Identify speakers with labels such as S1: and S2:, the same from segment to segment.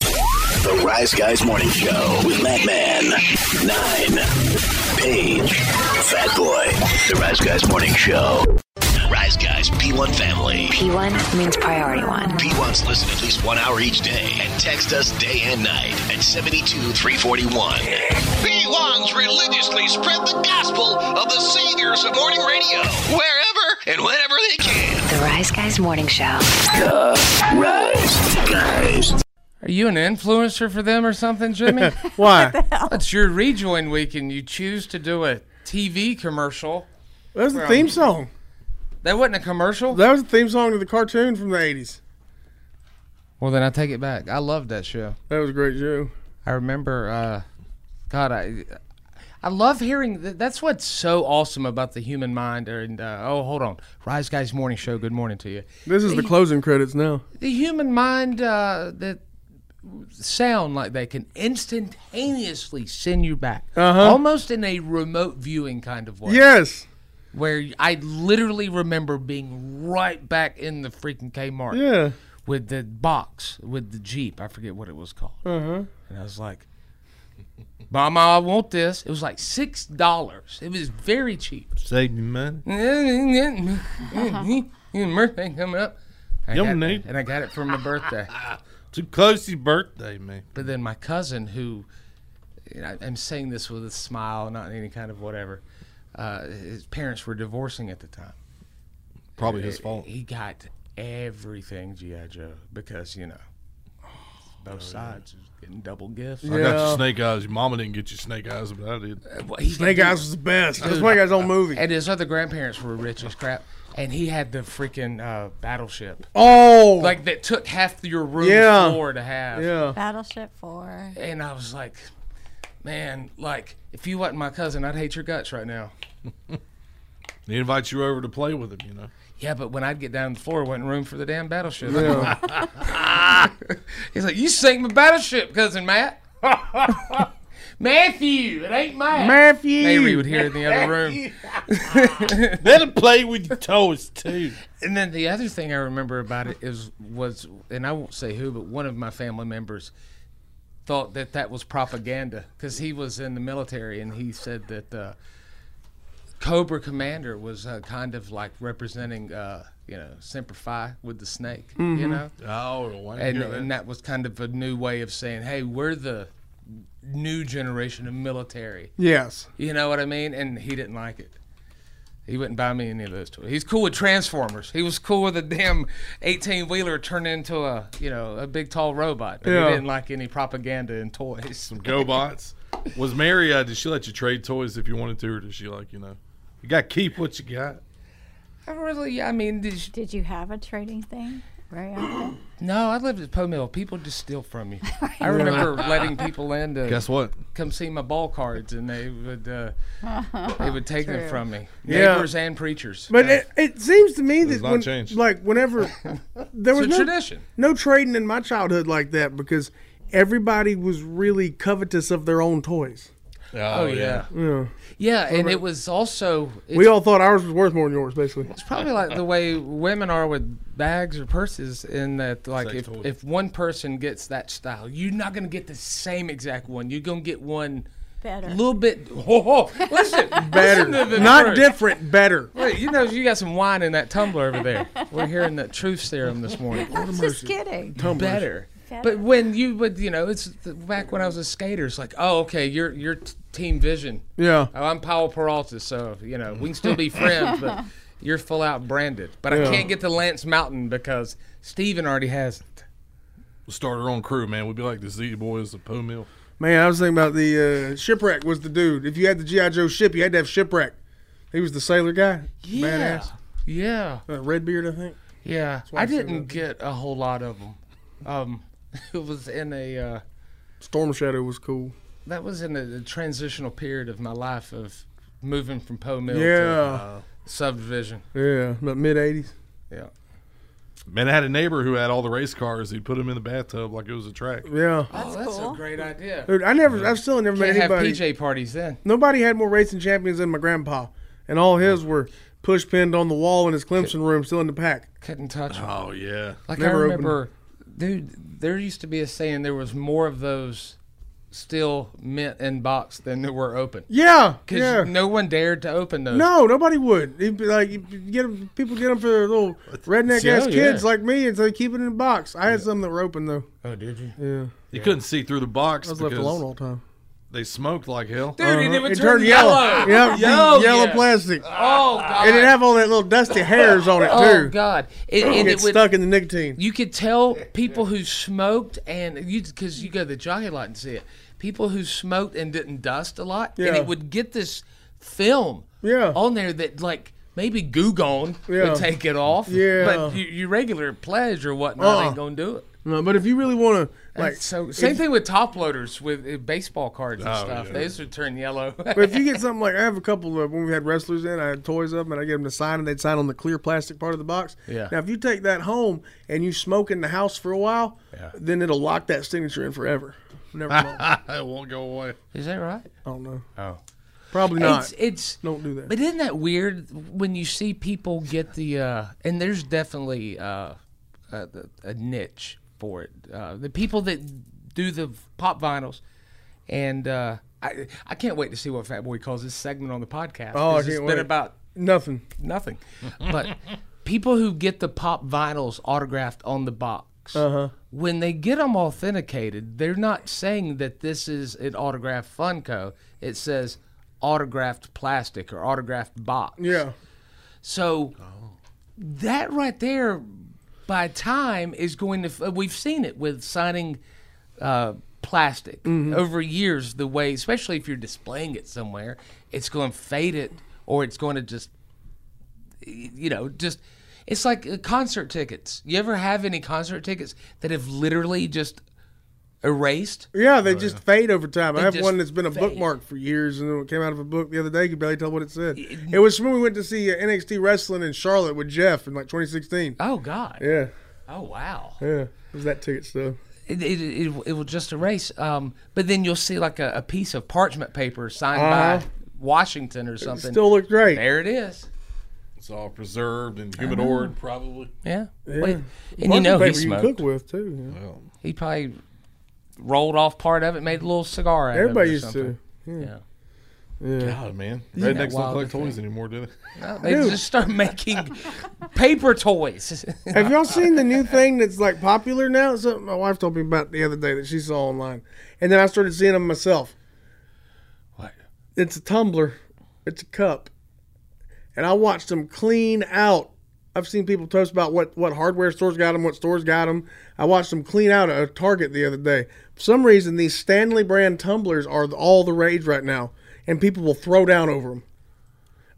S1: The Rise Guys Morning Show with Matt Man, Nine, Page, Fat Boy. The Rise Guys Morning Show. Rise Guys P1 Family.
S2: P1 means priority one.
S1: P1s listen at least one hour each day and text us day and night at 72341. P1s religiously spread the gospel of the saviors of morning radio wherever and whenever they can.
S2: The Rise Guys Morning Show.
S1: Rise Guys.
S3: Are you an influencer for them or something, Jimmy?
S4: Why?
S3: it's your rejoin week and you choose to do a TV commercial.
S4: That was the theme song.
S3: That wasn't a commercial?
S4: That was the theme song to the cartoon from the 80s.
S3: Well, then I take it back. I loved that show.
S4: That was a great show.
S3: I remember, uh, God, I. I love hearing. th- That's what's so awesome about the human mind. And uh, oh, hold on, Rise Guys Morning Show. Good morning to you.
S4: This is the closing credits now.
S3: the human mind uh, that sound like they can instantaneously send you back, almost in a remote viewing kind of way.
S4: Yes.
S3: Where I literally remember being right back in the freaking Kmart
S4: Yeah.
S3: with the box with the Jeep. I forget what it was called. Uh-huh. And I was like, "Mama, I want this." It was like six dollars. It was very cheap.
S5: Saved me money.
S3: Your birthday coming up. I
S5: Yum,
S3: got-
S5: Nate.
S3: and I got it for my birthday.
S5: Too close to your birthday, man.
S3: But then my cousin, who you know, I'm saying this with a smile, not any kind of whatever, uh, his parents were divorcing at the time.
S5: Probably his fault.
S3: He got everything GI Joe because you know both sides was getting double gifts.
S5: I got
S4: Yeah.
S5: you snake eyes. Your mama didn't get you snake eyes, but I did.
S3: Well, he-
S4: Snake Eyes was the best. That's Snake Eyes' own movie.
S3: and his other grandparents were rich as crap, and he had the freaking uh, battleship
S4: Oh.
S3: like that took half your room
S4: Yeah.
S3: floor to have.
S4: yeah.
S6: Battleship 4.
S3: And I was like, man, like if you wasn't my cousin, I'd hate your guts right now.
S5: He invites you over to play with him, you know.
S3: Yeah, but when I'd get down to the floor, wasn't room for the damn battleship. He's like, "You sank my battleship, cousin Matt." Matthew, it ain't Matt.
S4: Matthew.
S3: Maybe we would hear it in the other room.
S5: Let him play with your toys, too.
S3: And then the other thing I remember about it is was, and I won't say who, but one of my family members thought that that was propaganda because he was in the military and he said that uh, Cobra Commander was uh, kind of like representing, uh, you know, Semper Fi with the snake, you know.
S5: Oh, why did
S3: and,
S5: you hear
S3: and
S5: that?
S3: that was kind of a new way of saying, "Hey, we're the new generation of military."
S4: Yes.
S3: You know what I mean? And he didn't like it. He wouldn't buy me any of those toys. He's cool with Transformers. He was cool with a damn eighteen wheeler turned into a you know a big tall robot. But
S4: Yeah.
S3: He didn't like any propaganda in toys.
S5: Go bots. Was Mary, uh, did she let you trade toys if you wanted to, or did she, like, you know, you got to keep what you got?
S3: I really, I mean, did you-
S6: Did you have a trading thing very often?
S3: no. I lived at Poe Mill. People just steal from you. I remember letting people in to
S5: Guess what?
S3: come see my ball cards, and they would uh, they would take them from me.
S4: Yeah.
S3: Neighbors and preachers.
S4: But it, it seems to me that
S5: not
S4: when,
S5: changed.
S4: like whenever there was
S3: a
S4: no,
S3: tradition.
S4: no trading in my childhood like that because everybody was really covetous of their own toys.
S3: Oh, yeah. Yeah. and it was also it's
S4: We all thought ours was worth more than yours, basically.
S3: probably like the way women are with bags or purses in that like if, if one person gets that style, you're not gonna get the same exact one. You're gonna get one
S6: Better.
S3: a little bit. Oh, oh, listen,
S4: Better.
S3: listen to the
S4: Not
S3: truth.
S4: different, better.
S3: Wait, you know you got some wine in that tumbler over there. We're hearing the truth serum this morning.
S6: I'm just kidding.
S3: better.
S6: Better.
S3: But when you would, you know, it's the, back when I was a skater. It's like, oh, okay, you're you're t- team vision.
S4: Yeah.
S3: Oh, I'm Powell Peralta, so you know we can still be friends, but you're full out branded. But I can't get to Lance Mountain because Steven already has it.
S5: We'll start our own crew, man. We'd be like the Z Boys, the Pooh Mill.
S4: Man, I was thinking about the uh, shipwreck was the dude. If you had the GI Joe ship, you had to have shipwreck. He was the sailor guy. Badass.
S3: Yeah,
S4: Uh, Redbeard, I think.
S3: yeah.
S4: why
S3: I
S4: I said
S3: didn't
S4: that.
S3: get a whole lot of them. Um, it was in a. Uh,
S4: Storm Shadow was cool.
S3: that was in a, a transitional period of my life of moving from Poe Mill to uh,
S4: Yeah.
S3: subdivision.
S4: Yeah. About mid 80s.
S3: Yeah.
S5: Man, I had a neighbor who had all the race cars. He'd put them in the bathtub like it was a track.
S4: Yeah.
S3: oh, that's
S6: cool.
S3: a great idea.
S4: Dude, I never, I've still never met
S3: Can't have
S4: anybody.
S3: PJ parties then.
S4: Nobody had more racing champions than my grandpa, and all his were push pinned on the wall in his Clemson room, still in the pack.
S3: Couldn't touch 'em.
S5: Oh yeah,
S3: Like
S4: Never
S3: I
S4: opened.
S3: remember, dude. There used to be a saying there was more of those still mint in box than there were open.
S4: Yeah,
S3: Because
S4: yeah.
S3: no one dared to open those.
S4: No, nobody would. He'd be like, you get 'em- people get them for their little redneck ass
S3: Oh, yeah.
S4: kids like me, and so they keep it in a box. I had some that were open though.
S3: Oh, did you?
S4: Yeah,
S5: you couldn't see through the box
S4: I was left
S5: because
S4: alone all the time.
S5: they smoked like hell.
S3: Dude, it, would
S4: Uh, It
S3: turn
S4: turned yellow. Yeah,
S3: Yo,
S4: yellow
S3: yeah.
S4: plastic.
S3: Oh god.
S4: And it have all that little dusty hairs on it too.
S3: oh god. It, and
S4: Get
S3: it would.
S4: stuck in the nicotine.
S3: You could tell people who smoked and you because you go to the jockey lot and see it. People who smoked and didn't dust a lot, and
S4: Yeah.
S3: it would get this film
S4: Yeah.
S3: on there that like maybe Goo Gone
S4: Yeah.
S3: would take it off.
S4: Yeah.
S3: but your, your regular pledge or whatnot
S4: Uh-uh.
S3: ain't gonna do it.
S4: No, but if you really want to, like,
S3: so same thing with top loaders with uh, baseball cards and
S5: Oh,
S3: stuff.
S5: yeah.
S3: Those would turn yellow.
S4: But if you get something like I have a couple of when we had wrestlers in, I had toys of them, and I get them to sign, and they'd sign on the clear plastic part of the box.
S3: Yeah.
S4: Now, if you take that home and you smoke in the house for a while,
S3: Yeah.
S4: then it'll lock that signature in forever. Never mind. I
S5: it won't go away.
S3: Is that right?
S4: don't know.
S3: Oh.
S4: Probably not.
S3: It's it's
S4: don't do that.
S3: But isn't that weird when you see people get the uh, and there's definitely uh, a, a niche for it. Uh, the people that do the pop vinyls, and uh, I I can't wait to see what Fat Boy calls this segment on the podcast.
S4: Oh, I
S3: 'cause
S4: can't
S3: it's been
S4: wait.
S3: about
S4: Nothing.
S3: nothing, but people who get the pop vinyls autographed on the box. When they get them authenticated, they're not saying that this is an autographed Funko. It says autographed plastic or autographed box.
S4: Yeah.
S3: So that right there, by time, is going to. f- uh, We've seen it with signing uh, plastic over years. The way, especially if you're displaying it somewhere, it's going to fade it, or it's going to just, y- you know, just. It's like uh, concert tickets. You ever have any concert tickets that have literally just erased?
S4: Yeah,
S3: Oh,
S4: they just fade over time. I have
S3: just
S4: one that's been a
S3: fade.
S4: bookmark for years, and it came out of a book the other day. You could barely tell what it said. It was when we went to see uh, NXT wrestling in Charlotte with Jeff in like 2016.
S3: Oh God!
S4: Yeah,
S3: Oh wow!
S4: yeah. It was that ticket stuff.
S3: it, it, it, it will just erase. Um, but then you'll see like a, a piece of parchment paper signed by
S4: Uh-huh.
S3: Washington or something.
S4: Still looked great.
S3: there it is.
S5: It's all preserved and humidored, probably.
S3: Yeah.
S4: Yeah.
S3: Wait, and you know he
S4: paper you can
S3: smoked.
S4: cook with too. you know.
S3: He probably rolled off part of it, made a little cigar out
S4: Everybody
S3: of it.
S4: used to.
S3: to. Yeah.
S5: God, man,
S3: Isn't that
S5: rednecks don't
S3: wild
S5: collect
S3: to
S5: toys anymore, do they?
S3: No, they just start making paper toys.
S4: Have y'all seen the new thing that's like popular now? It's something my wife told me about the other day that she saw online, and then I started seeing them myself.
S3: What?
S4: It's a tumbler, it's a cup, and I watched them clean out. I've seen people toast about what what hardware stores got them, what stores got them. I watched them clean out a Target the other day. For some reason, these Stanley brand tumblers are all the rage right now, and people will throw down over them.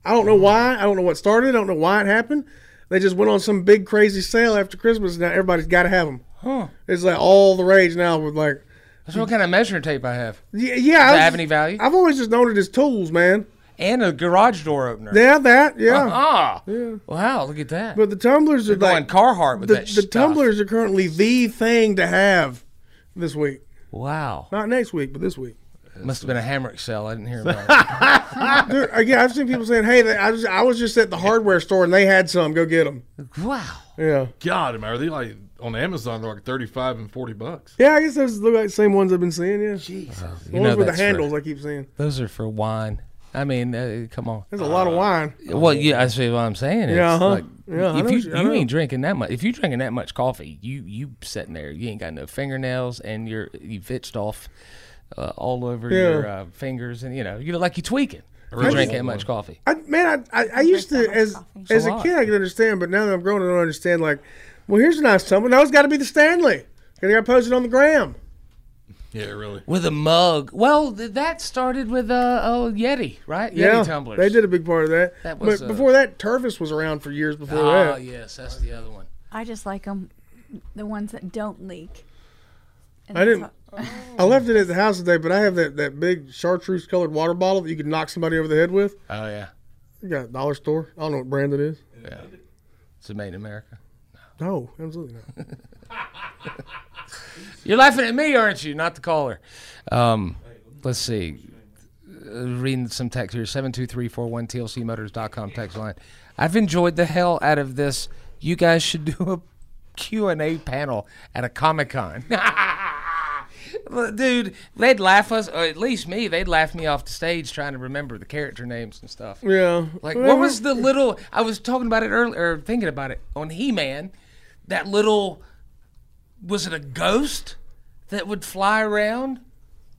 S4: I don't know why. I don't know what started. I don't know why it happened. They just went on some big crazy sale after Christmas. Now everybody's got to have them.
S3: Huh.
S4: It's like all the rage now with like,
S3: That's what kind of measuring tape I have.
S4: yeah, yeah. I
S3: Does it
S4: was-
S3: have any value?
S4: I've always just known it as tools, man.
S3: And a garage door opener.
S4: They have that, yeah.
S3: Ah. Wow, look at that.
S4: But the tumblers are
S3: Going
S4: like
S3: Carhartt with
S4: the,
S3: that
S4: the
S3: stuff.
S4: tumblers are currently the thing to have this week.
S3: Wow.
S4: Not next week, but this week.
S3: Must have been a hammer Excel. I didn't hear about it.
S4: Dude, again, I've seen people saying, "Hey, they, I, was, I was just at the hardware store and they had some. Go get them."
S3: wow.
S4: Yeah,
S5: God, man, are they like on Amazon? They're like thirty-five and forty bucks.
S4: yeah. I guess those look like the same ones I've been seeing. Yeah, Jeez. the
S3: Uh-huh. You
S4: ones
S3: know
S4: with the
S3: that's for-
S4: handles I keep seeing.
S3: Those are for wine. I mean, uh, come on.
S4: There's a lot of wine.
S3: Well, yeah, I see what I'm saying. Is
S4: Yeah, uh-huh.
S3: like,
S4: Yeah, I
S3: if
S4: know
S3: you
S4: what you- I
S3: you
S4: know.
S3: ain't drinking that much, if you drinking that much coffee, you you sitting there, you ain't got no fingernails, and you're you itched off uh, all over your
S4: Yeah.
S3: uh, fingers, and you know you look like you tweaking. If you
S5: Really?
S3: drink that much coffee.
S4: I, man, I, I, I used to as
S3: a
S4: as a
S3: lot.
S4: kid I could understand, but now that I'm grown, I don't understand. Like, well, here's a nice tumbler. No, it's got to be the Stanley. Cause I got posted on the gram.
S5: Yeah, really.
S3: With a mug. Well, th- that started with uh, oh Yeti, right? Yeti tumblers.
S4: they did a big part of that.
S3: That was,
S4: but
S3: uh,
S4: before that, Turvis was around for years before
S3: Ah,
S4: that.
S3: yes, that's the other one.
S6: I just like them, the ones that don't leak. And
S4: I
S6: that's
S4: didn't- I left it at the house today, but I have that, that big chartreuse colored water bottle that you could knock somebody over the head with.
S3: Oh yeah,
S4: You got a dollar store. I don't know what brand it is.
S3: it's made in America.
S4: No, absolutely not.
S3: You're laughing at me, aren't you? Not the caller. Um, let's see. Uh, reading some text here 72341 tlcmotors.com text line. I've enjoyed the hell out of this. You guys should do a Q&A panel at a Comic-Con. Look, Dude, they'd laugh us, or at least me, they'd laugh me off the stage trying to remember the character names and stuff.
S4: Yeah.
S3: Like,
S4: Well,
S3: what was the little? I was talking about it earlier, or thinking about it on He Man. That little, was it a ghost that would fly around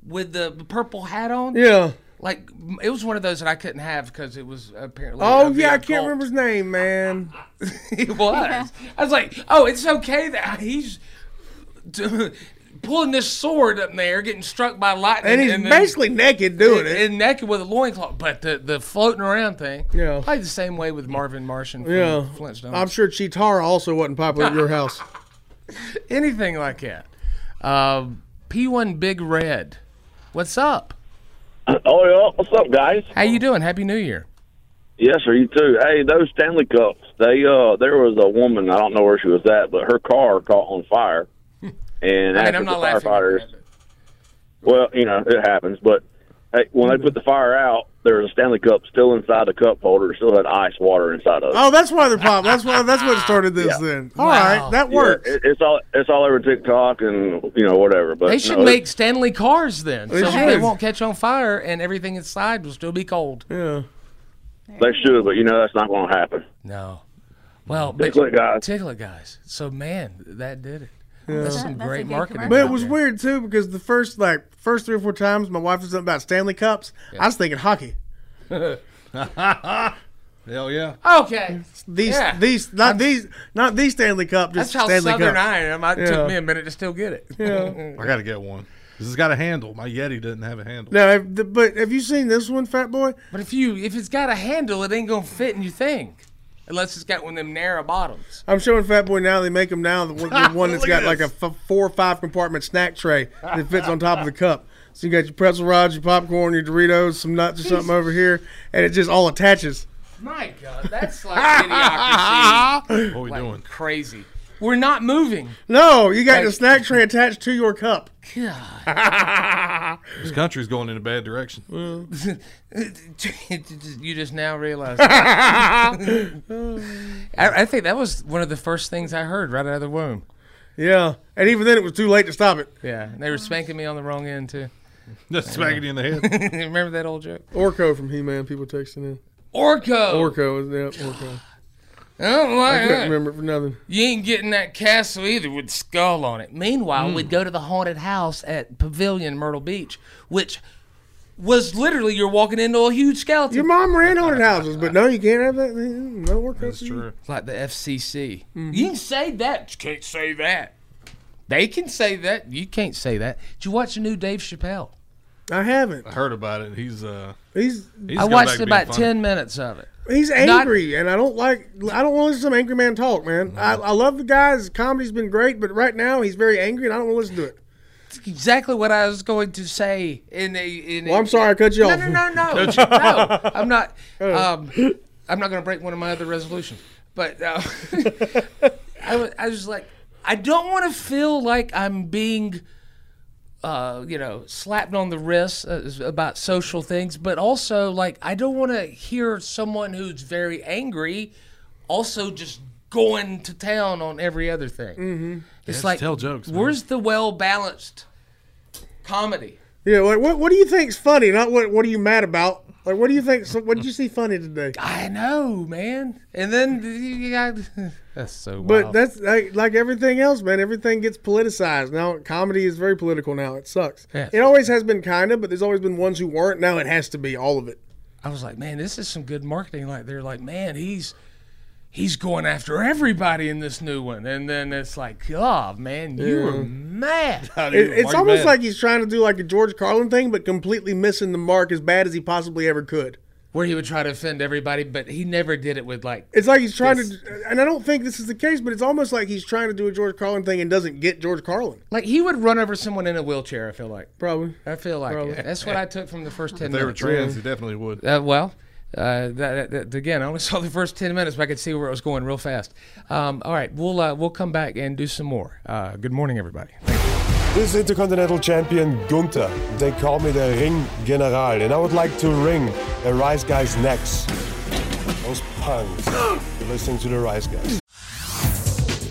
S3: with the purple hat on?
S4: Yeah.
S3: Like, m- it was one of those that I couldn't have because it was apparently.
S4: Oh
S3: of the
S4: yeah, I can't
S3: occult.
S4: remember his name, man.
S3: it was. I was like, oh, it's okay that he's. Pulling this sword up in there, getting struck by lightning,
S4: And he's
S3: then-
S4: basically naked doing it.
S3: and naked with a loincloth, but the, the floating around thing.
S4: Yeah.
S3: Probably the same way with Marvin Martian from
S4: Yeah.
S3: Flintstones.
S4: I'm sure Chitara also wasn't popular at your house.
S3: Anything like that. Um, P1 Big Red. What's up?
S7: Oh yeah, what's up, guys?
S3: How you doing? Happy New Year.
S7: Yes, sir. You too. Hey, those Stanley Cups. They uh, there was a woman. I don't know where she was at, but her car caught on fire, and
S3: I mean,
S7: after
S3: I'm
S7: the
S3: not laughing. at
S7: firefighters,
S3: that,
S7: well, you know it happens. But hey, when they put the fire out, there was a Stanley Cup still inside the cup holder. It Still had ice water inside of it.
S4: Oh, that's why they're pop. That's why that's what started this. Then all right,
S3: Wow.
S4: that
S7: Yeah,
S4: works.
S7: it- it's all it's all over TikTok and you know whatever. But
S3: but They should
S7: no,
S3: make Stanley cars then, so
S4: should.
S3: hey, it won't catch on fire and everything inside will still be cold.
S4: yeah,
S7: They should, but you know that's not going to happen.
S3: No. Well,
S7: Tickle it, guys.
S3: Tickle it, guys. So man, that did it. That's some
S6: That's a
S3: great
S6: good
S3: marketing.
S6: commercial.
S4: but
S3: out
S4: it was
S3: there.
S4: weird too because the first like first three or four times my wife was something about Stanley Cups. I was thinking hockey.
S5: Hell yeah.
S3: Okay.
S4: These
S3: Yeah.
S4: these not these not these Stanley Cup. Just
S3: That's how
S4: Stanley
S3: southern
S4: Cup.
S3: I am. It
S4: Yeah.
S3: took me a minute to still get it.
S4: Yeah.
S5: I gotta get one. This has got a handle. My Yeti doesn't have a handle.
S4: Now, if the- but have you seen this one, Fat Boy?
S3: But if you if it's got a handle, it ain't gonna fit in your thing, unless it's got one of them narrow bottoms.
S4: I'm showing Fat Boy now. They make them now the one, the one that's
S5: Look
S4: got
S5: at
S4: like a f- four or five compartment snack tray that fits on top of the cup. So you got your pretzel rods, your popcorn, your Doritos, some nuts or something over here, and it just all attaches.
S3: My God, that's like idiocracy,
S5: What we
S3: like
S5: doing?
S3: crazy. We're not moving.
S4: No, you got
S3: Like-
S4: the snack tray attached to your cup.
S3: God,
S5: This country's going in a bad direction.
S3: you just now realized. I, I think that was one of the first things I heard right out of the womb.
S4: Yeah, and even then it was too late to stop it
S3: Yeah, and they were spanking me on the wrong end too.
S5: That's smacking you in the head.
S3: Remember that old joke?
S4: Orco from He Man. People texting in.
S5: Oh.
S3: Orco.
S4: Orco is yeah, Orco.
S3: Oh my
S4: I
S3: God.
S4: couldn't remember it for nothing.
S3: You ain't getting that castle either with skull on it. Meanwhile,
S4: Hmm.
S3: we'd go to the haunted house at Pavilion Myrtle Beach, which was literally you're walking into a huge skeleton,
S4: Your mom ran haunted houses, but no, you can't have that. No Orco.
S5: That's
S4: for you.
S5: true.
S3: like the FCC.
S4: Mm-hmm.
S3: You can say that, you can't say that. They can say that, you can't say that. Did you watch the new Dave Chappelle?
S4: I haven't.
S5: I heard about it. He's uh.
S4: He's
S5: He's
S3: I
S5: got back
S3: watched
S5: to being
S3: about
S5: funny.
S3: ten minutes of it.
S4: He's
S3: Not-
S4: angry, and I don't like. I don't want to listen to some angry man talk, man. I, I love the guy. His comedy's been great, but right now he's very angry, and I don't want to listen to it.
S3: That's exactly what I was going to say. In a, in a-
S4: Well, Oh, I'm sorry I cut you Uh.
S3: No,
S4: off.
S3: no, no, no, no. I'm not. Um, I'm not going to break one of my other resolutions. But uh, I, was, I was like, I don't want to feel like I'm being uh, you know, slapping on the wrist uh, is about social things, but also like I don't want to hear someone who's very angry also just going to town on every other thing. Mm-hmm. It's
S5: just
S3: like
S5: tell jokes, man.
S3: Where's the well balanced comedy?
S4: Yeah, like what what do you think's funny? Not what what are you mad about? Like what do you think? So, what did you see funny today?
S3: I know, man. And then you got that's so.
S4: But
S3: wild.
S4: that's like, like everything else, man. Everything gets politicized now. Comedy is very political now. It sucks.
S3: Yeah.
S4: It always has been kind of, but there's always been ones who weren't. Now it has to be all of it.
S3: I was like, man, this is some good marketing. Like they're like, man, he's he's going after everybody in this new one. And then it's like, oh man, you were mad.
S4: It- it's almost like he's trying to do like a George Carlin thing, but completely missing the mark as bad as he possibly ever could.
S3: Where he would try to offend everybody, but he never did it with like
S4: It's like he's trying to, and I don't think this is the case, but it's almost like he's trying to do a George Carlin thing and doesn't get George Carlin.
S3: like he would run over someone in a wheelchair. I feel like
S4: Probably.
S3: I feel like it. that's what I took from the first ten.
S5: If they were
S3: minutes.
S5: trans, he definitely would.
S3: Uh, well, uh, that, that, that- again, I only saw the first ten minutes, but I could see where it was going real fast. Um, all right, we'll uh, we'll come back and do some more. Uh, good morning, everybody.
S8: This is Intercontinental Champion Gunther. They call me the Ring General, and I would like to wring the Rise Guys' necks. Those punks. You're listening to the Rise Guys.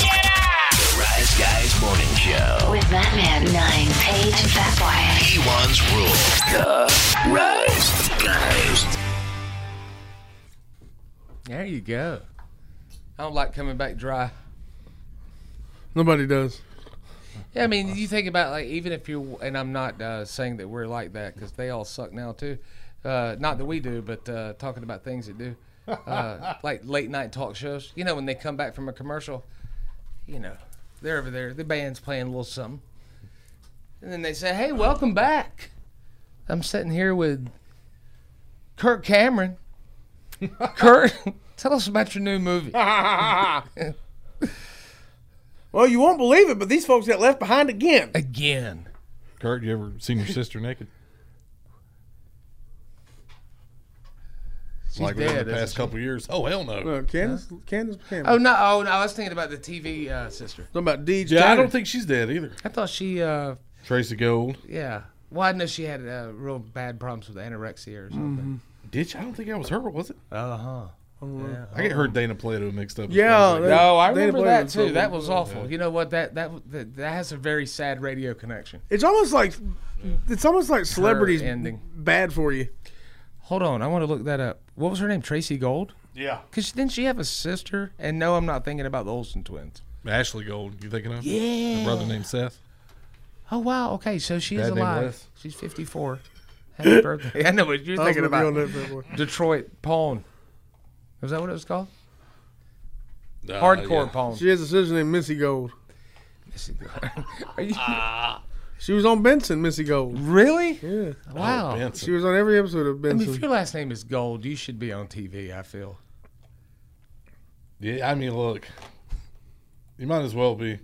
S1: Rise Guys Morning Show.
S2: With that man, Nine, Page, and Fatboy.
S1: P1's rule. The Rise Guys.
S3: There you go. I don't like coming back dry.
S4: Nobody does.
S3: Yeah, I mean, you think about like even if you and I'm not uh, saying that we're like that because they all suck now too. Uh, not that we do, but uh, talking about things that do, uh, like late night talk shows. You know, when they come back from a commercial, you know, they're over there. The band's playing a little something, and then they say, "Hey, welcome back." I'm sitting here with Kurt Cameron. Kurt, tell us about your new movie.
S4: Well, you won't believe it, but these folks got left behind again.
S3: Again,
S5: Kurt, you ever seen your sister naked?
S3: she's
S5: like within
S3: dead.
S5: the
S3: isn't
S5: past
S3: she?
S5: couple years? Oh hell no.
S4: Uh, Candace, Candace, Cameron.
S3: Oh no! Oh no! I was thinking about the TV uh, sister.
S4: Talking about DJ.
S5: Yeah, I don't think she's dead either.
S3: I thought she, uh,
S5: Tracy Gold.
S3: yeah. Well, I know she had uh, real bad problems with anorexia or something.
S5: Did you? I don't think that was her, was it?
S4: Mm-hmm.
S3: Uh huh.
S4: Oh,
S5: I
S3: Oh.
S5: get her and Dana Plato mixed up.
S4: Yeah,
S5: It's
S4: they-
S3: No, I
S4: they
S3: remember
S4: played
S3: that
S4: with
S3: too. That
S4: someone.
S3: was awful. You know what? That, that that that has a very sad radio connection.
S4: It's almost like it's almost like celebrities
S3: ending.
S4: bad for you.
S3: Hold on, I want to look that up. What was her name? Tracy Gold.
S5: Yeah.
S3: Cause didn't she have a sister? And no, I'm not thinking about the Olsen twins.
S5: Ashley Gold. You thinking of? Yeah. Her brother named Seth.
S3: Oh wow. Okay, so she is
S5: Dad named
S3: alive.
S5: Wes.
S3: She's 54. Happy birthday. I know what you're
S4: I was
S3: thinking
S4: gonna be
S3: about.
S4: on that bad boy.
S3: Detroit Pawn. Was that what it was called? Uh, Hardcore Pawn.
S4: She has a sister named Missy Gold.
S3: Are you
S4: She was on Benson, Missy Gold.
S3: really? Oh,
S4: Yeah,
S3: Wow.
S4: she was on every episode of
S3: I mean, if
S4: Benson.
S3: your last name is Gold, you should be on TV. I feel.
S5: Yeah, I mean, look, you might as well be.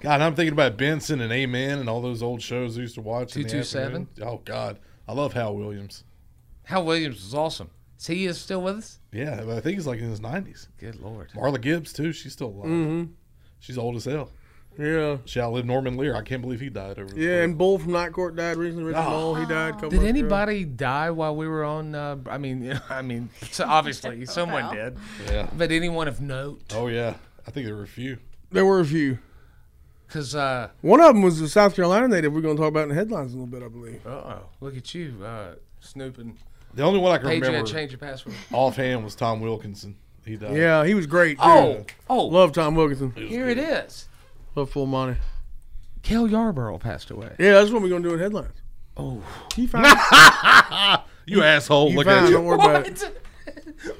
S5: God, I'm thinking about Benson and Amen and all those old shows I used to watch. in the
S3: 227?
S5: afternoon. Oh God, I love Hal Williams.
S3: Hal Williams was awesome. Is he is still with us?
S5: Yeah, but I think he's like in his 90s.
S3: Good lord.
S5: Marla Gibbs too. She's still alive. She's old as hell.
S4: yeah,
S5: She outlived Norman Lear. I can't believe he died over.
S4: yeah. And Bull from Night Court died recently. Richard
S5: Oh.
S4: Mole, he died. a couple
S3: Ah. Did
S4: months ago.
S3: anybody die while we were on? Uh, I mean, I mean, so obviously someone did,
S5: Yeah.
S3: but anyone of note?
S5: Oh yeah. I think there were a few.
S4: There were a few.
S3: Because uh
S4: One of them was a South Carolina native. We're going to talk about in the headlines in a little bit, I believe.
S3: oh, look at you, uh, snooping.
S5: The only one I can
S3: Page, you gotta
S5: remember
S3: change your password.
S5: offhand was Tom Wilkinson. He died.
S4: Yeah, he was great. Too.
S3: Oh, oh,
S4: love Tom Wilkinson.
S3: here it is.
S4: Love Full Monty.
S3: Kel Yarborough passed away.
S4: Yeah, that's what we're going to do in headlines. Oh, he found.
S5: You asshole.
S4: he
S5: Look
S4: found.
S5: at
S4: Don't
S5: you.
S4: worry about it.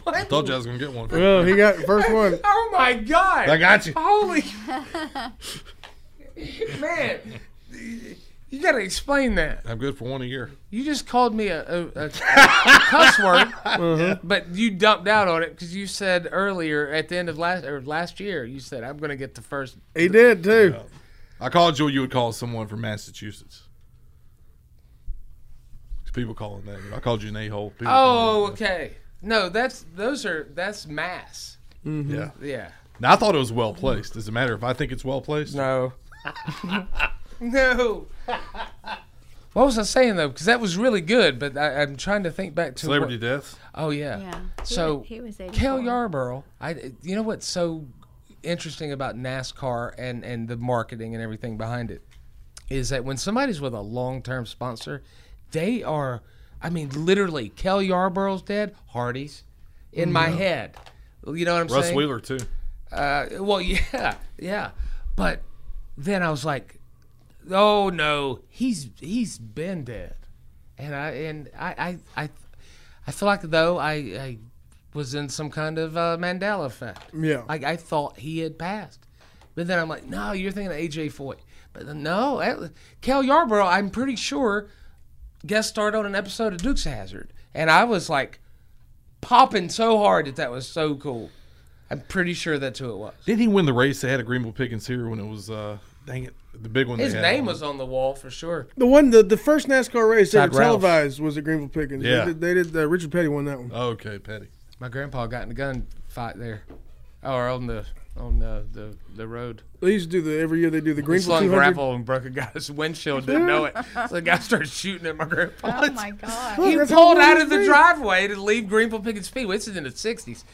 S3: What?
S5: Told you I was gonna get one.
S4: Well, he got first one.
S3: Oh my god!
S5: I got you.
S3: Holy man! You got to explain that.
S5: I'm good for one a year.
S3: You just called me a, a, a cuss word, but you dumped out on it because you said earlier at the end of last or last year you said I'm going to get the first.
S4: He did too.
S5: I called you. what You would call someone from Massachusetts. 'Cause People call him that. I called you an a-hole. People call
S3: Oh, okay. No, that's those are that's mass.
S5: him
S3: Mm-hmm.
S5: that. Yeah.
S3: Yeah.
S5: Now I thought it was well placed. Does it matter if I think it's well placed?
S3: No. No. What was I saying though? Because that was really good, but I, I'm trying to think back to
S5: Celebrity
S3: what-
S5: deaths?
S3: Oh yeah.
S6: Yeah. He
S3: So
S6: wa- he was
S3: Cal
S6: 84.
S3: Yarborough. I you know what's so interesting about NASCAR and and the marketing and everything behind it is that when somebody's with a long-term sponsor, they are. I mean, literally, Cal Yarborough's dead. Hardy's in my
S5: Mhm.
S3: head. You know what I'm
S5: Russ
S3: saying?
S5: Wheeler too.
S3: Uh, well, yeah, yeah, but then I was like, oh no, he's he's been dead, and I and I I I, I feel like though I, I was in some kind of uh, Mandela effect.
S4: Yeah.
S3: like I thought he had passed, but then I'm like, no, you're thinking of AJ Foyt, but then, no, that- Cal Yarborough. I'm pretty sure guest starred on an episode of Dukes of Hazard, and I was like popping so hard that that was so cool. I'm pretty sure that's who it was.
S5: Didn't he win the race they had at Greenville Pickens here when it was uh dang it the big one?
S3: His
S5: they had
S3: name was on the wall for sure.
S4: The one, the, the first NASCAR race
S3: Todd
S4: ever
S3: Ralph.
S4: televised was at Greenville Pickens.
S5: Yeah.
S4: They did, they did uh, Richard Petty won that one.
S5: Okay, Petty.
S3: My grandpa got in a gun fight there, Oh, or on the on the the, the road.
S4: They used to do the, every year they do the
S3: He
S4: Greenville
S3: slung
S4: 200.
S3: gravel and broke a guy's windshield. Didn't know it, so the guy started shooting at my grandpa.
S6: Oh my god.
S3: He
S4: That's
S3: pulled
S4: how
S3: out
S4: it
S3: of the
S4: is.
S3: driveway to leave Greenville Pickens Speedway. This is in the '60s.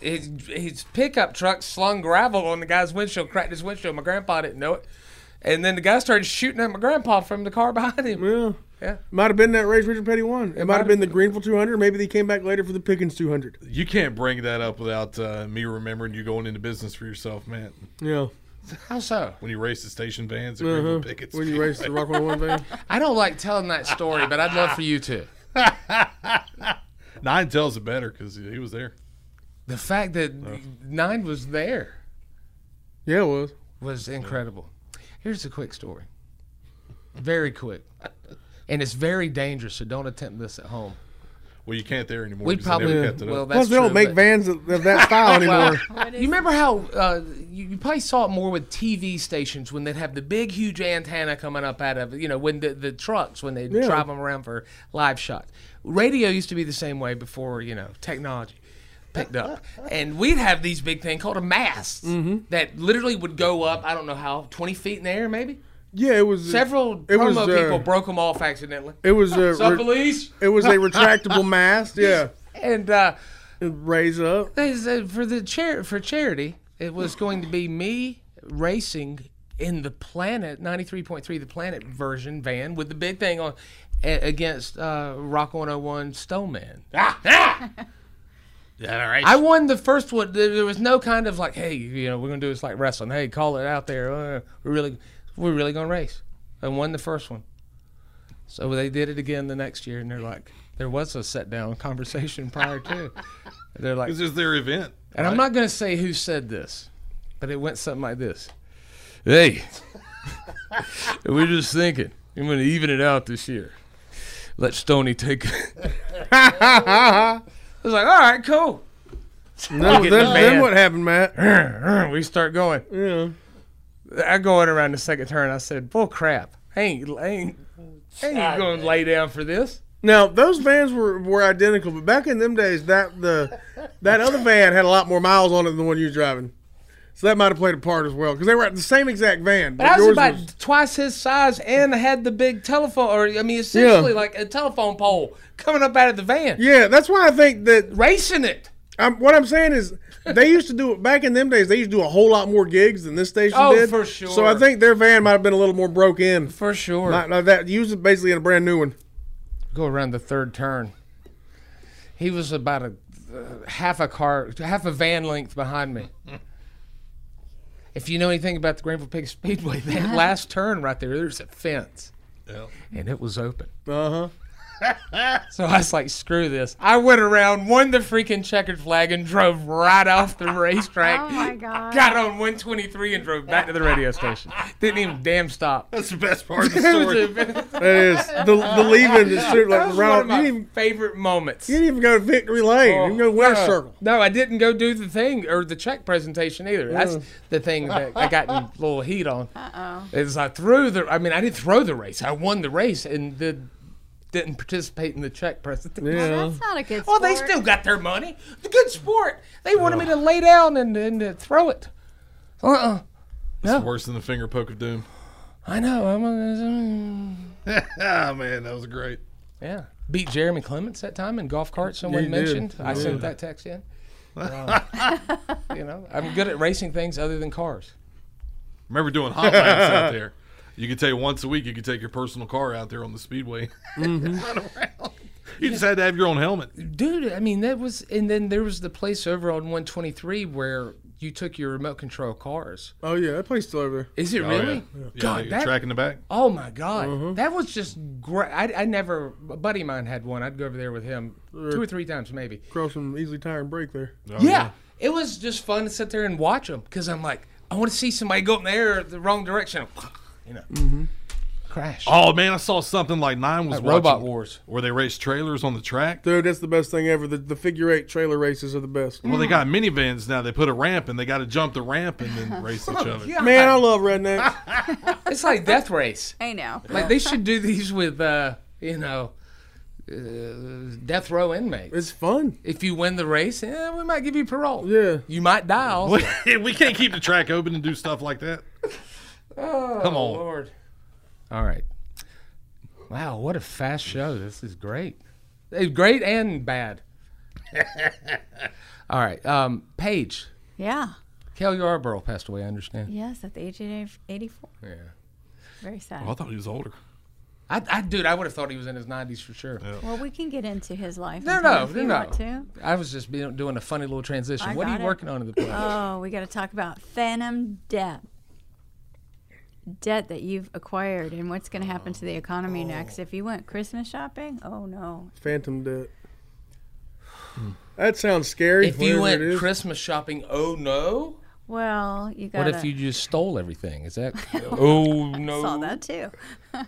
S3: His, his pickup truck slung gravel on the guy's windshield, cracked his windshield. My grandpa didn't know it, and then the guy started shooting at my grandpa from the car behind him.
S4: Yeah.
S3: Yeah.
S4: Might have been that race Richard Petty won. It, might
S3: might
S4: have been the Greenville 200. Maybe they came back later for the Pickens 200.
S5: You can't bring that up without uh, me remembering you going into business for yourself, man.
S4: Yeah.
S3: How so?
S5: When you raced the station vans at
S4: Uh-huh.
S5: Greenville Pickens.
S4: When you raced the Rock 101 van.
S3: I don't like telling that story, but I'd love for you to.
S5: Nine tells it better because he was there.
S3: The fact that Nine was there
S4: Yeah, it was.
S3: was incredible. Here's a quick story. Very quick. And it's very dangerous, so don't attempt this at home.
S5: Well, you can't there anymore.
S3: We
S5: 'cause they never
S3: probably-
S5: kept it up.
S3: well, that-
S4: Plus, they don't
S3: true,
S4: make
S3: but-
S4: vans of, of that style anymore.
S3: Uh, you remember how uh, you, you probably saw it more with TV stations when they'd have the big, huge antenna coming up out of you know when the, the trucks when they
S4: Yeah.
S3: would drive them around for live shots. Radio used to be the same way before you know technology picked up, and we'd have these big thing called a mast
S4: Mm-hmm.
S3: that literally would go up. I don't know how twenty feet in the air, maybe.
S4: yeah, it was.
S3: Several
S4: it
S3: promo
S4: was, uh,
S3: people broke them off accidentally.
S4: It was a,
S3: Sup,
S4: re-
S3: police?
S4: it was a retractable mast. Yeah.
S3: And uh,
S4: It raise up.
S3: They said for the char- for charity, it was going to be me racing in the Planet 93.3, the Planet version van with the big thing on a- against uh, Rock 101 Stoneman.
S5: Ah, yeah, all right.
S3: I won the first one. There there was no kind of like, hey, you know, we're gonna do this like wrestling. Hey, call it out there. Uh, we're really, we're really gonna race. I won the first one. So they did it again the next year, and they're like, there was a sit down conversation prior to. They're like,
S5: This is their event.
S3: and I'm not going to say who said this, but it went something like this. Hey, we're just thinking. I'm going to even it out this year. Let Stony take it. I was like, all right, cool. get in
S4: Then, then-
S3: the
S4: then
S3: van.
S4: what happened, Matt?
S3: We start going.
S4: Yeah.
S3: I going around the second turn. I said, bull crap. I ain't, I ain't, I ain't going to lay down for this.
S4: Now those vans were, were identical, but back in them days, that the that other van had a lot more miles on it than the one you were driving, so that might have played a part as well because they were the same exact van.
S3: I was
S4: yours
S3: about
S4: was-
S3: twice his size and had the big telephone, or I mean, essentially
S4: Yeah.
S3: like a telephone pole coming up out of the van,
S4: yeah, that's why I think that
S3: racing it.
S4: I'm, what I'm saying is they used to do it back in them days. They used to do a whole lot more gigs than this station
S3: Oh,
S4: did.
S3: for
S4: So I
S3: sure.
S4: think their van might have been a little more broke in.
S3: For sure.
S4: Not, not that used it basically in a brand new one.
S3: go around the third turn. He was about a uh, half a car, half a van length behind me. If you know anything about the Greenville Pig Speedway, that last turn right there, there's a fence,
S5: Yeah.
S3: and it was open.
S4: Uh huh.
S3: So I was like, screw this. I went around, won the freaking checkered flag, and drove right off the racetrack.
S6: Oh my god.
S3: Got on 123 and drove back to the radio station. Didn't even damn stop.
S5: That's the best part
S4: of the story. That is. The- the leaving the street, like,
S3: that was
S4: right
S3: one
S4: off-
S3: of my Oh,
S4: you
S3: favorite moments.
S4: You didn't even go to Victory Lane. you didn't go to West
S3: no,
S4: Circle.
S3: No, I didn't go do the thing or the check presentation either. That's the thing that I got in a little heat on.
S6: Uh
S3: Is I threw the. I mean, I didn't throw the race. I won the race and did, didn't participate in the check presentation.
S6: oh. That's not a good.
S3: Well, they
S6: sport.
S3: still got their money. The good sport. They wanted me to lay down and, and uh, throw it. Uh uh
S5: It's worse than the finger poke of doom.
S3: I know. I'm a,
S5: Ah, man, that was great.
S3: yeah. Beat Jeremy Clements that time in golf cart. Someone
S5: You did.
S3: mentioned. I
S5: You
S3: sent
S5: did.
S3: that text in. Uh, you know, I'm good at racing things other than cars.
S5: Remember doing hot laps out there. You could take once a week. You could take your personal car out there on the speedway.
S3: Mm-hmm.
S5: Run around. You just had to have your own helmet.
S3: dude i mean that was and then there was the place over on 123 where you took your remote control cars
S4: Oh yeah, that place still over there.
S3: is it
S5: Oh,
S3: really
S5: yeah. Yeah,
S3: god
S5: you
S3: that,
S5: track in the back.
S3: oh my god that was just great I, I never a buddy of mine had one i'd go over there with him two or three times maybe
S4: Cross some easily tire and brake there.
S5: Oh,
S3: yeah. it was just fun to sit there and watch them because i'm like i want to see somebody go in there the wrong direction you know crash
S5: Oh man, I saw something like nine was
S3: Like Robot
S5: watching
S3: Wars.
S5: where they race trailers on the track.
S4: Dude, that's the best thing ever. The, the figure eight trailer races are the best.
S5: Well, they got minivans now. They put a ramp and they got to jump the ramp and then race
S3: Oh,
S5: each other.
S4: Man, I love rednecks.
S3: it's like death race
S6: I know.
S3: like they should do these with uh you know uh, death row inmates
S4: It's fun.
S3: If you win the race, eh, we might give you parole.
S4: Yeah.
S3: You might die. Also.
S5: we can't keep the track open and do stuff like that.
S3: Oh,
S5: Come on.
S3: Lord. All right. Wow, what a fast show. This is great. Eh, Great and bad. All right. Um, Paige.
S6: Yeah.
S3: Kel Yarborough passed away, I understand.
S6: Yes, at the age of 84.
S3: Yeah.
S6: Very sad.
S5: Oh, I thought he was older.
S3: I, I dude, I would have thought he was in his 90s for sure.
S6: Well, we can get into his life.
S3: No,
S6: and time
S3: no,
S6: if
S3: no,
S6: you
S3: no.
S6: want to.
S3: I was just being, doing a funny little transition.
S6: I
S3: what are
S6: got
S3: you
S6: it.
S3: working on in the play?
S6: Oh, we got to talk about phantom debt. Debt that you've acquired and what's going to happen to the economy
S3: Oh.
S6: next. If you went Christmas shopping, oh no.
S4: Phantom debt. That sounds scary.
S3: if you
S4: whatever
S3: went
S4: it is.
S3: Christmas shopping, oh no.
S6: Well, you got
S3: What if you just stole everything? Is that oh no?
S6: saw that too?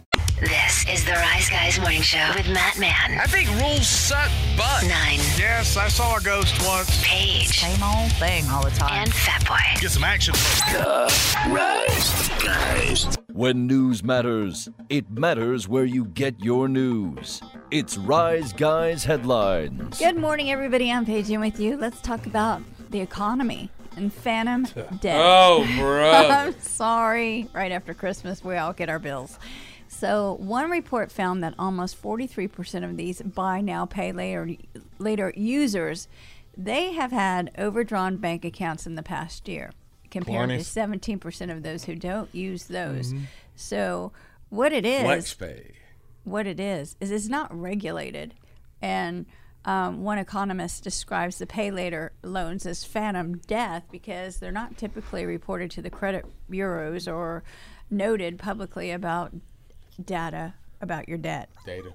S2: This is the Rise Guys Morning Show with Matt Mann. I think rules suck butt. Nine. Yes, I saw a ghost once. Paige. Same old thing all the time. And Fatboy.
S1: Get some action. Rise Guys.
S9: When news matters, it matters where you get your news. It's Rise Guys headlines.
S6: Good morning, everybody. I'm Paige in with you. Let's talk about the economy and phantom debt.
S3: Oh, brother.
S6: I'm sorry. Right after Christmas, we all get our bills. So, one report found that almost 43% of these buy now, pay later, later users, they have had overdrawn bank accounts in the past year, compared
S5: Blarneys.
S6: to 17% of those who don't use those. So, what it is,
S3: FlexPay.
S6: what it is is it's not regulated and um, one economist describes the pay later loans as phantom death because they're not typically reported to the credit bureaus or noted publicly about data about your debt.
S3: Data.
S5: You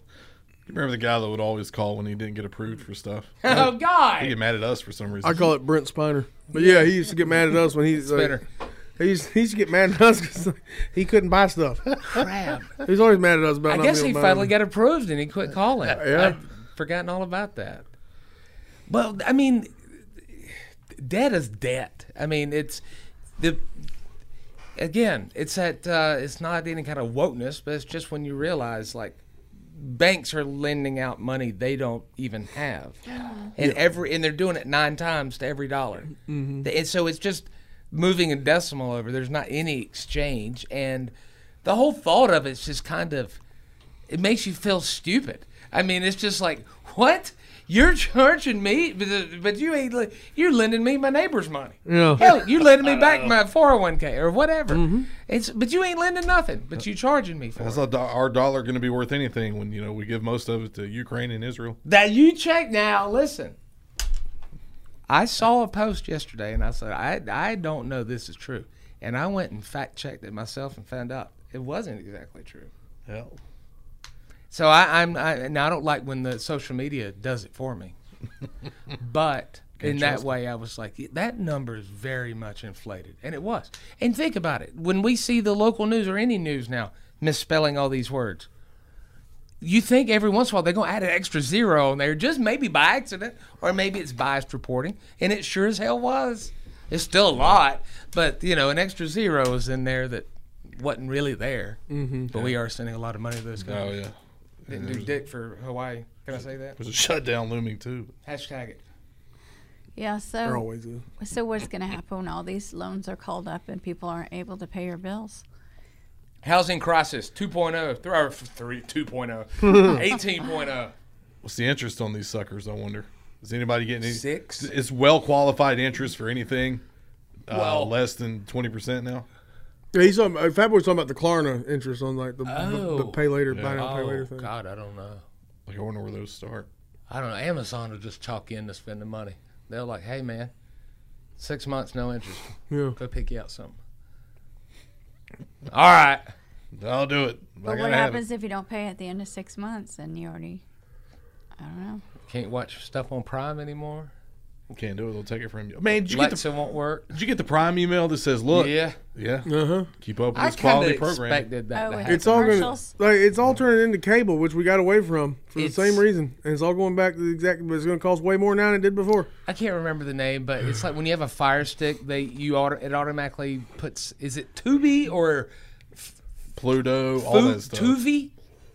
S5: remember the guy that would always call when he didn't get approved for stuff?
S3: Oh
S5: He'd
S3: God.
S5: get mad at us for some reason.
S4: I call it Brent Spiner. But yeah, he used to get mad at us when he's
S3: Spinner.
S4: He used, he used to get mad at us because he couldn't buy stuff.
S3: Crap.
S4: He's always mad at us about.
S3: I
S4: not
S3: guess he
S4: being able to buy
S3: finally
S4: them.
S3: got approved and he quit calling.
S4: Yeah.
S3: I'd forgotten all about that. Well, I mean, debt is debt. I mean, it's the again, it's that uh, it's not any kind of wokeness, but it's just when you realize like banks are lending out money they don't even have, and every and they're doing it nine times to every dollar.
S10: Mhm.
S3: And so it's just moving a decimal over. There's not any exchange, and the whole thought of it's just kind of it makes you feel stupid. I mean, it's just like what you're charging me, but, but you ain't li- you're lending me my neighbor's money.
S4: Yeah.
S3: Hell, you lending me back my 401k or whatever. It's but you ain't lending nothing, but you charging me for
S5: That's
S3: it.
S5: not do- our dollar going to be worth anything when you know we give most of it to Ukraine and Israel.
S3: That you check now. Listen, I saw a post yesterday, and I said I I don't know this is true, and I went and fact checked it myself and found out it wasn't exactly true.
S5: Hell.
S3: So I, I'm I, now I don't like when the social media does it for me, but
S10: Can't
S3: in that
S10: trust
S3: way I was like that number is very much inflated, and it was. And think about it when we see the local news or any news now misspelling all these words. You think every once in a while they're gonna add an extra zero on there, just maybe by accident, or maybe it's biased reporting, and it sure as hell was. It's still a lot, but you know, an extra zero is in there that wasn't really there.
S5: Mhm.
S3: But we are sending a lot of money to those
S5: Oh
S3: countries.
S5: yeah.
S3: Didn't do dick for Hawaii. Can I say that?
S5: There's a shutdown looming too.
S3: Hashtag it.
S6: Yeah, so
S5: They're always good.
S6: so what's going to happen when all these loans are called up and people aren't able to pay your bills?
S3: Housing crisis 2.0, th- or 3, 2.0, 18.0.
S5: What's the interest on these suckers? I wonder. Is anybody getting any,
S3: Six?
S5: It's well qualified interest for anything. Uh,
S3: Well-
S5: less than twenty percent now.
S4: Yeah, he's talking. Uh, Fatboy's talking about the Klarna interest on like the, the, the pay later, buy now, pay
S3: Oh,
S4: later thing.
S3: God, I don't know.
S5: Like I wonder where those start.
S3: I don't know. Amazon will just chalk you into spending money. They're like, hey, man, six months, no interest.
S4: Yeah.
S3: Go pick you out something. All right.
S5: I'll do it.
S6: But what happens if you don't pay at the end of six months and you already? I don't know.
S3: Can't watch stuff on Prime anymore.
S5: Can't do it. They'll take it from you. Man, did you get the
S3: Alexa won't work.
S5: Did you get the Prime email that says, "Look,
S3: Yeah.
S5: yeah,
S4: uh-huh.
S5: keep up with
S3: I
S5: this quality
S3: kinda
S5: program"?
S3: expected Oh,
S6: Oh,
S3: that to happen.
S4: It's all going
S3: Commercials?
S4: like it's all turning into cable, which we got away from for
S3: It's-
S4: the same reason, and it's all going back to the exact. But it's going to cost way more now than it did before.
S3: I can't remember the name, but it's like when you have a Fire Stick, they you auto, it automatically puts. Is it Tubi or
S5: Pluto, all
S3: Fu-
S5: that stuff.
S3: Tuvi?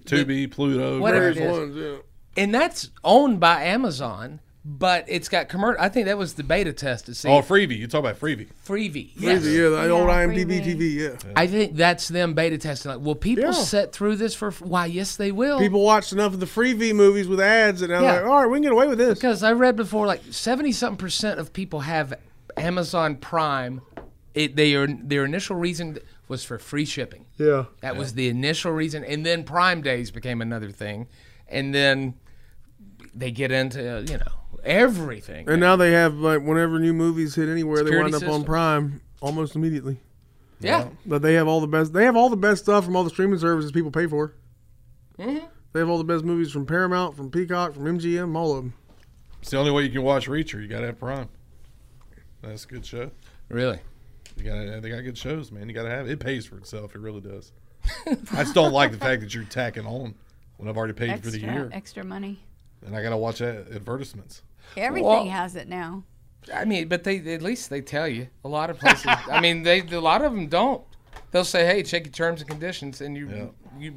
S5: Tubi, Pluto,
S3: whatever it
S5: Crazy.
S3: is? And that's owned by Amazon, but it's got commercial. I think that was the beta test to see.
S5: Oh, freebie. You talk about freebie.
S3: Freebie.
S4: Yeah,
S3: Yes.
S4: yeah, the old IMDb TV. Yeah,
S3: I think that's them beta testing. Like, will people
S4: Yeah.
S3: set through this for? Why, yes, they will.
S4: people watched enough of the freebie movies with ads, and I'm
S3: Yeah.
S4: like, all right, we can get away with this.
S3: Because I read before, like seventy something percent of people have Amazon Prime. It, they are, their initial reason was for free shipping.
S4: Yeah.
S3: That was the initial reason, and then Prime Days became another thing, and then they get into you know everything.
S4: And now they have like whenever new movies hit anywhere, they
S3: Security
S4: wind up on
S3: system.
S4: Prime almost immediately.
S3: Yeah.
S4: but they have all the best. They have all the best stuff from all the streaming services people pay for.
S3: Mm-hmm.
S4: They have all the best movies from Paramount, from Peacock, from MGM, all of them.
S5: It's the only way you can watch Reacher. You got to have Prime. That's a good show.
S3: Really?
S5: You got they got good shows, man. You got to have it. It pays for itself. It really does. I just don't like the fact that you're tacking on when I've already paid for the
S6: Extra-
S5: year
S6: Extra money.
S5: and I got to watch that advertisements.
S6: Everything
S3: Well-
S6: has it now.
S3: I mean, but they at least they tell you a lot of places. I mean, they a lot of them don't. They'll say, "Hey, check your terms and conditions," and you you.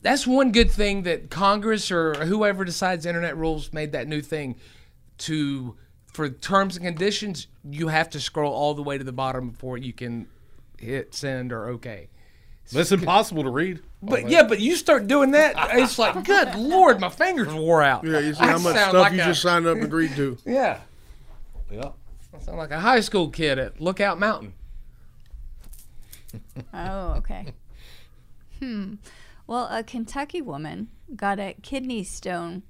S3: That's one good thing that Congress or whoever decides internet rules made that new thing to for terms and conditions you have to scroll all the way to the bottom before you can hit send or okay.
S5: That's impossible to read.
S3: But yeah, but you start doing that, it's like, good lord, my fingers wore out.
S4: Yeah, you see
S3: I
S4: how much
S3: sound
S4: stuff
S3: like
S4: you
S3: a-
S4: just signed up and agreed to.
S3: Yeah,
S5: Yeah.
S3: I sound like a high school kid at Lookout Mountain.
S6: Oh, okay. hmm. Well, a Kentucky woman got a kidney stone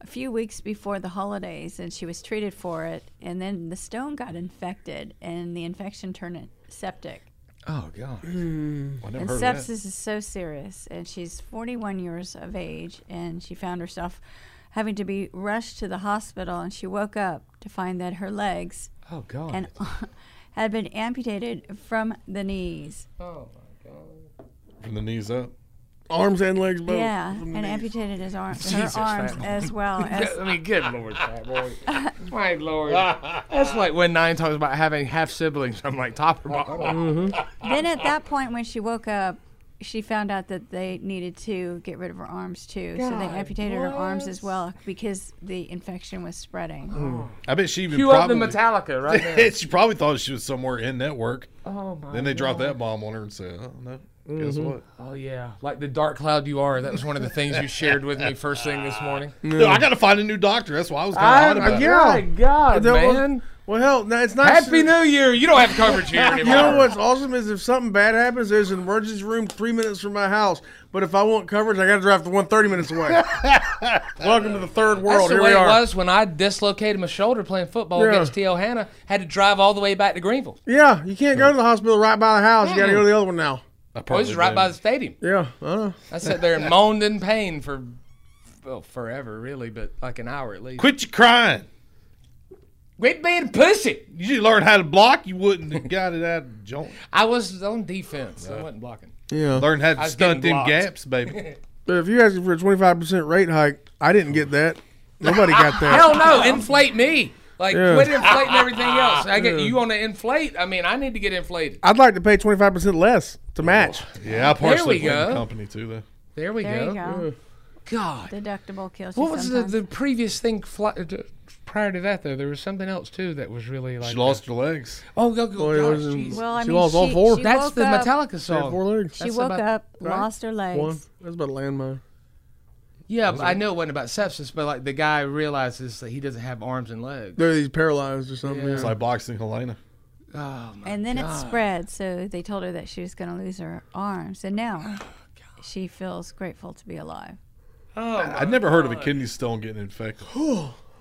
S6: a few weeks before the holidays, and she was treated for it. And then the stone got infected, and the infection turned it septic.
S3: Oh god.
S5: I
S6: Mm. And sepsis is so serious, and she's 41 years of age, and she found herself having to be rushed to the hospital. And she woke up to find that her legs
S3: Oh god.
S6: and had been amputated from the knees.
S3: Oh.
S5: From the knees up.
S4: Arms and legs both.
S6: Yeah, and amputated his arms, her
S3: Jesus,
S6: arms
S3: fat boy.
S6: as well as
S3: I mean, good lord, fat boy. My lord. That's like when Nine talks about having half siblings. I'm like, top or bottom.
S6: then at
S3: uh,
S6: that point when she woke up she found out that they needed to get rid of her arms too so they
S3: God,
S6: amputated her arms as
S3: what? Oh.
S6: well because the infection was spreading
S5: I bet she even
S3: Cue up the
S5: probably
S3: Metallica right now.
S5: she probably thought she was somewhere in network.
S3: Oh, my
S5: Then they dropped
S3: Lord.
S5: that bomb on her and said, "Oh no, guess
S3: Mhm.
S5: what?
S3: Oh yeah, like the dark cloud you are. That was one of the things you shared with me first thing this morning.
S5: No, I gotta find a new doctor. That's why I was kind of hot about it.
S3: yeah. My
S5: Oh,
S3: God,
S4: That was-
S3: man.
S4: Well, hell, no, it's not.
S3: Happy New Year. You don't have coverage here
S4: you
S3: anymore.
S4: know what's awesome is if something bad happens, there's an emergency room three minutes from my house. But if I want coverage, I got to drive to one thirty minutes away. Welcome to the third
S3: That's
S4: world.
S3: the
S4: Here
S3: way
S4: we
S3: it
S4: are.
S3: was when I dislocated my shoulder playing football
S4: Yeah.
S3: against T.L. Hanna. Had to drive all the way back to Greenville.
S4: Yeah, you can't go to the hospital right by the house. You got to
S3: Mm-mm.
S4: go to the other one now.
S3: I was right by the stadium.
S4: Yeah, uh-huh. I know.
S3: I sat there and moaned in pain for, well, forever really, but like an hour at least.
S5: Quit your crying.
S3: Quit being pussy.
S5: You should learn how to block. You wouldn't have got it out of joint.
S3: I was on defense. I wasn't blocking.
S4: Yeah.
S5: Learn how
S3: I
S5: to
S3: was
S5: stunt
S3: getting
S5: them
S3: blocked.
S5: gaps, baby.
S4: But if you're asking for a twenty five percent rate hike, I didn't get that. Nobody got that.
S3: Hell no, inflate me. Like
S4: Yeah.
S3: quit inflating everything else. I get
S4: Yeah.
S3: you on to inflate. I mean, I need to get inflated.
S4: I'd like to pay twenty five percent less to match.
S5: Oh, Yeah, I
S3: There
S5: partially
S3: we
S5: blame the
S3: go.
S5: company too, though.
S3: There we
S6: there
S3: go.
S6: you go
S3: God.
S6: deductible kills you
S3: What was the,
S6: sometimes.
S3: the previous thing fly, d- prior to that though? There was something else too that was really like
S5: She lost her legs.
S3: Oh, go go.
S4: Well, it
S3: gosh,
S4: was in-
S3: jeez.
S6: well i
S4: She
S6: mean
S4: lost all
S6: she-
S4: four?
S6: she
S3: That's
S6: woke
S3: the
S6: up-
S3: Metallica
S4: She had
S3: song.
S4: four legs.
S6: she
S3: That's
S6: woke
S3: about-
S6: up
S4: right?
S6: lost her legs
S4: One. That's about a landmine.
S3: Yeah, but I know it wasn't about sepsis, but like the guy realizes that he doesn't have arms and legs.
S4: They're these paralyzed or something.
S3: Yeah.
S4: Yeah.
S5: It's like boxing Helena.
S3: Oh my
S6: and then it
S3: God.
S6: spread so they told her that she was going to lose her arms and now she feels grateful to be alive
S3: Oh,
S5: I'd never heard of a kidney stone getting infected.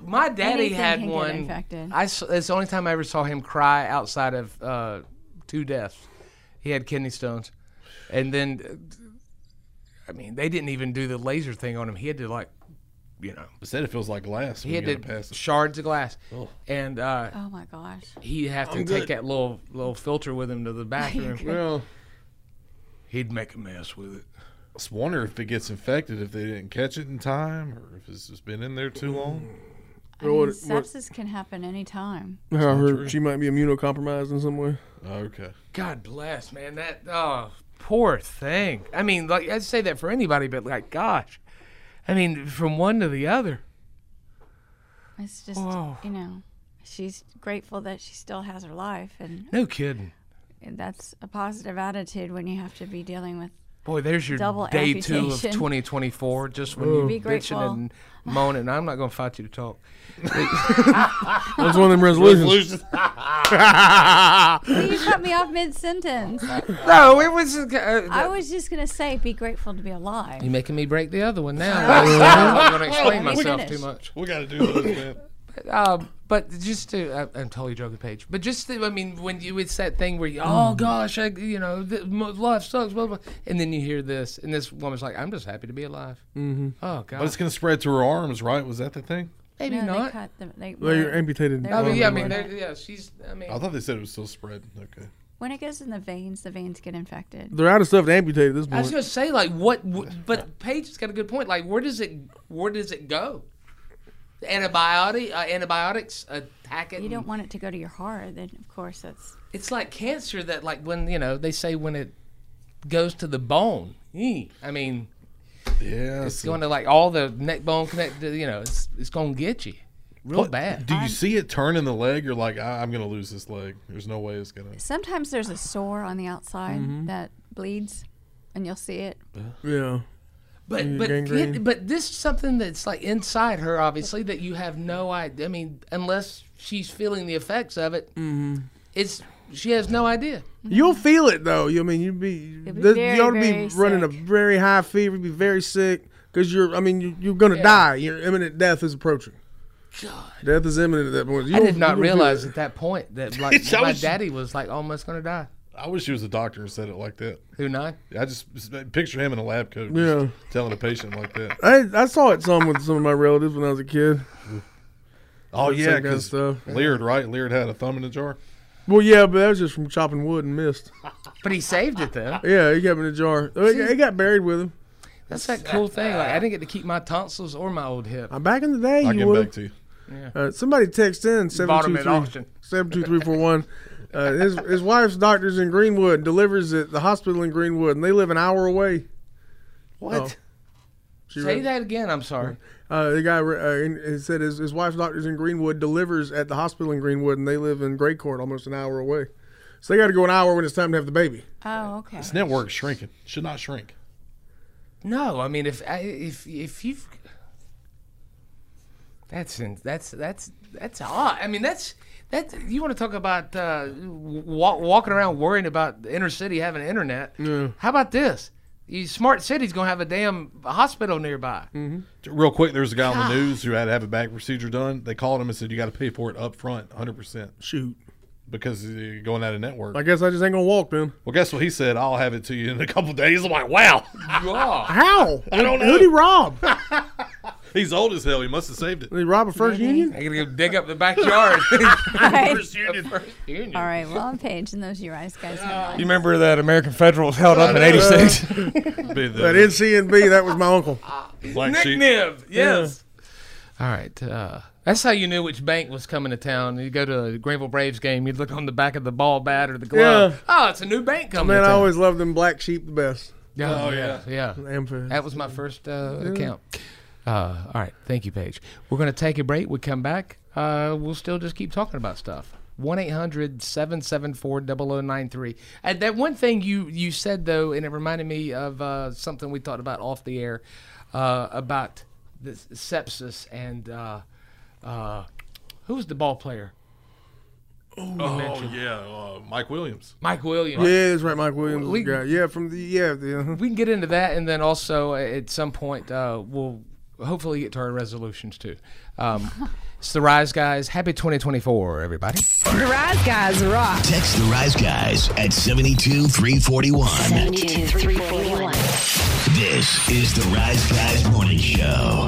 S3: my daddy
S6: Anything
S3: had
S6: can get
S3: one.
S6: infected.
S3: I s- it's the only time I ever saw him cry outside of uh, two deaths. He had kidney stones, and then uh, I mean they didn't even do the laser thing on him. He had to like, you know,
S5: Instead, it feels like glass.
S3: he
S5: when
S3: had
S5: you
S3: to
S5: get past it.
S3: shards of glass, and uh,
S6: oh my gosh
S3: he'd have to
S4: I'm
S3: take
S4: good.
S3: that little little filter with him to the bathroom.
S4: Well,
S3: he'd make a mess with it.
S5: I just wonder if it gets infected if they didn't catch it in time or if it's just been in there too long.
S6: I mean,
S4: what- what-
S6: sepsis can happen anytime
S4: I heard she might be immunocompromised in some way.
S5: Okay.
S3: God bless, man. That oh, poor thing. I mean, like I'd say that for anybody, but like, gosh, I mean, from one to the other.
S6: It's just
S3: Wow.
S6: you know, she's grateful that she still has her life, and,
S3: No kidding.
S6: and that's a positive attitude when you have to be dealing with.
S3: Boy, there's your
S6: Double
S3: day two of
S6: amputation.
S3: 2024. Just when
S6: Be
S3: you bitching
S6: grateful.
S3: and moaning, I'm not gonna fight you to talk.
S4: That's one of them resolutions.
S5: Resolutions.
S6: You cut me off mid sentence.
S3: No, it was. Uh,
S6: I was just gonna say, be grateful to be alive.
S3: you're making me break the other one now. I'm not gonna explain
S6: Let me
S3: myself too
S6: finish.
S3: much.
S5: we got to do those, man.
S3: Um, but just to, I, I'm totally joking, Paige. But just, to, I mean, when you, it's that thing where you, oh gosh, I, you know, th- mo- life sucks, blah, blah. And then you hear this, and this woman's like, I'm just happy to be alive. Mm-hmm. Oh,
S5: But it's
S3: God.
S5: going to spread to her arms, right? Was that the thing?
S3: Maybe
S6: no,
S3: not.
S6: They cut them, they,
S4: Well, you're amputated.
S6: They're
S3: I mean, yeah, I
S6: Well,
S3: mean,
S6: they-
S3: there- yeah, she's, I mean,
S5: I thought they said it was still spreading. Okay.
S6: when it goes in the veins, the veins get infected.
S4: They're out of stuff to amputate at this
S3: I was
S4: point.
S3: going to say, like, what, what, but Paige's got a good point. Like, where does it, where does it go? Antibiotic, uh, antibiotics attack it.
S6: You
S3: and-
S6: don't want it to go to your heart, then of course that's.
S3: It's like cancer that, like, when, you know, they say when it goes to the bone. Eh, I mean,
S5: Yeah.
S3: It's going to like all the neck bone connect. You know, it's it's going to get you real bad.
S5: Do you see it turn in the leg? You're like, I- I'm going to lose this leg. There's no way it's going to.
S6: Sometimes there's a sore on the outside that bleeds, and you'll see it.
S4: yeah.
S6: Mm-hmm.
S3: But
S4: Mm,
S3: but
S4: gangrene.
S3: it- but this is something that's like inside her, obviously, that you have no idea. I mean, unless she's feeling the effects of it, it's she has no idea.
S4: You'll feel it though. You I mean you'd be,
S6: be
S4: this-
S6: very,
S4: you ought to be
S6: very
S4: running a
S6: sick.
S4: very high fever, you'd be very sick because you're. I mean you, you're gonna die. Your imminent death is approaching. Death is imminent at that point. You
S3: I
S4: don't-
S3: did
S4: you
S3: not
S4: don't feel
S3: realize
S4: it.
S3: at that point that like
S5: I
S3: my
S5: was-
S3: daddy was like almost going to die.
S5: I wish she was a doctor and said it like that.
S3: Who not?
S5: I just picture him in a lab coat. just
S4: Yeah.
S5: Telling a patient like that.
S4: I, I saw it some with some of my relatives when I was a kid.
S5: Oh,
S4: That's
S5: yeah.
S4: that kind of
S5: Because
S4: stuff.
S5: Leard, right? Leard had a thumb in a jar.
S4: Well, yeah, but that was just from chopping wood and missed.
S3: But he saved it though.
S4: Yeah, he kept it in a jar. It it got buried with him.
S3: That's that cool thing. Like I didn't get to keep my tonsils or my old hip.
S4: Uh, Back in the day,
S3: I'll
S4: you
S3: get
S4: would've-
S3: back to you. Yeah.
S4: Uh, somebody text in
S3: Bought 'em at auction.
S4: 72341. Uh, his his wife's doctor's in Greenwood, delivers at the hospital in Greenwood, and they live an hour away.
S3: What?
S4: She
S3: Say
S4: wrote-
S3: that again. I'm sorry.
S4: Uh, the guy uh, in- he said his, his wife's doctor's in Greenwood, delivers at the hospital in Greenwood, and they live in Gray Court, almost an hour away. So they got to go an hour when it's time to have the baby.
S6: Oh, okay.
S5: This network's shrinking. Should not shrink.
S3: No, I mean if I- if if you've that's in, that's that's that's odd. I mean that's that you want to talk about uh, wa- walking around worrying about the inner city having internet. How about this? You smart city's gonna have a damn hospital nearby.
S5: Real quick, there was a guy on the news who had to have a back procedure done. They called him and said, "You got to pay for it up front, 100 percent."
S4: Shoot,
S5: because you're going out of network.
S4: I guess I just ain't gonna walk then.
S5: Well, guess what he said? I'll have it to you in a couple days. I'm like, wow,
S4: How?
S5: Oh. I don't know.
S4: Who'd he rob?
S5: he's old as hell. He must have saved it.
S4: Did he rob a First Union?
S3: I gotta go dig up the backyard.
S6: First
S5: Union.
S6: All right, well, I'm Paige, and those you guys guys. have
S10: You remember that American Federal was held up in
S4: Uh,
S10: '86?
S4: that NCNB, that was my uncle.
S3: Nick Nib, yes. All right. Uh, that's how you knew which bank was coming to town. You go to a Greenville Braves game, you'd look on the back of the ball bat or the glove.
S4: Yeah.
S3: Oh, it's a new bank coming.
S4: Man,
S3: to
S4: I
S3: town.
S4: always loved them black sheep the best.
S3: Yeah, Oh, yeah. yeah.
S4: Amphi-
S3: That was my first uh,
S4: Yeah.
S3: account. Uh, all right. Thank you, Paige. We're going to take a break. We come back. Uh, we'll still just keep talking about stuff. 1 800 774 0093. Uh, That one thing you, you said, though, and it reminded me of uh, something we talked about off the air uh, about the s- sepsis and uh, uh, who was the ball player?
S5: Oh, yeah, uh, Mike Williams.
S3: Mike Williams.
S4: Yeah, that's right, Mike Williams. was
S3: We-
S4: the guy. Yeah, from the yeah. The, uh-huh.
S3: We can get into that, and then also uh, at some point uh, we'll hopefully get to our resolutions too. Um, it's the Rise Guys. Happy 2024, everybody.
S1: The Rise Guys rock. Text the Rise Guys at 72341.
S2: 72341.
S1: This is the Rise Guys Morning Show.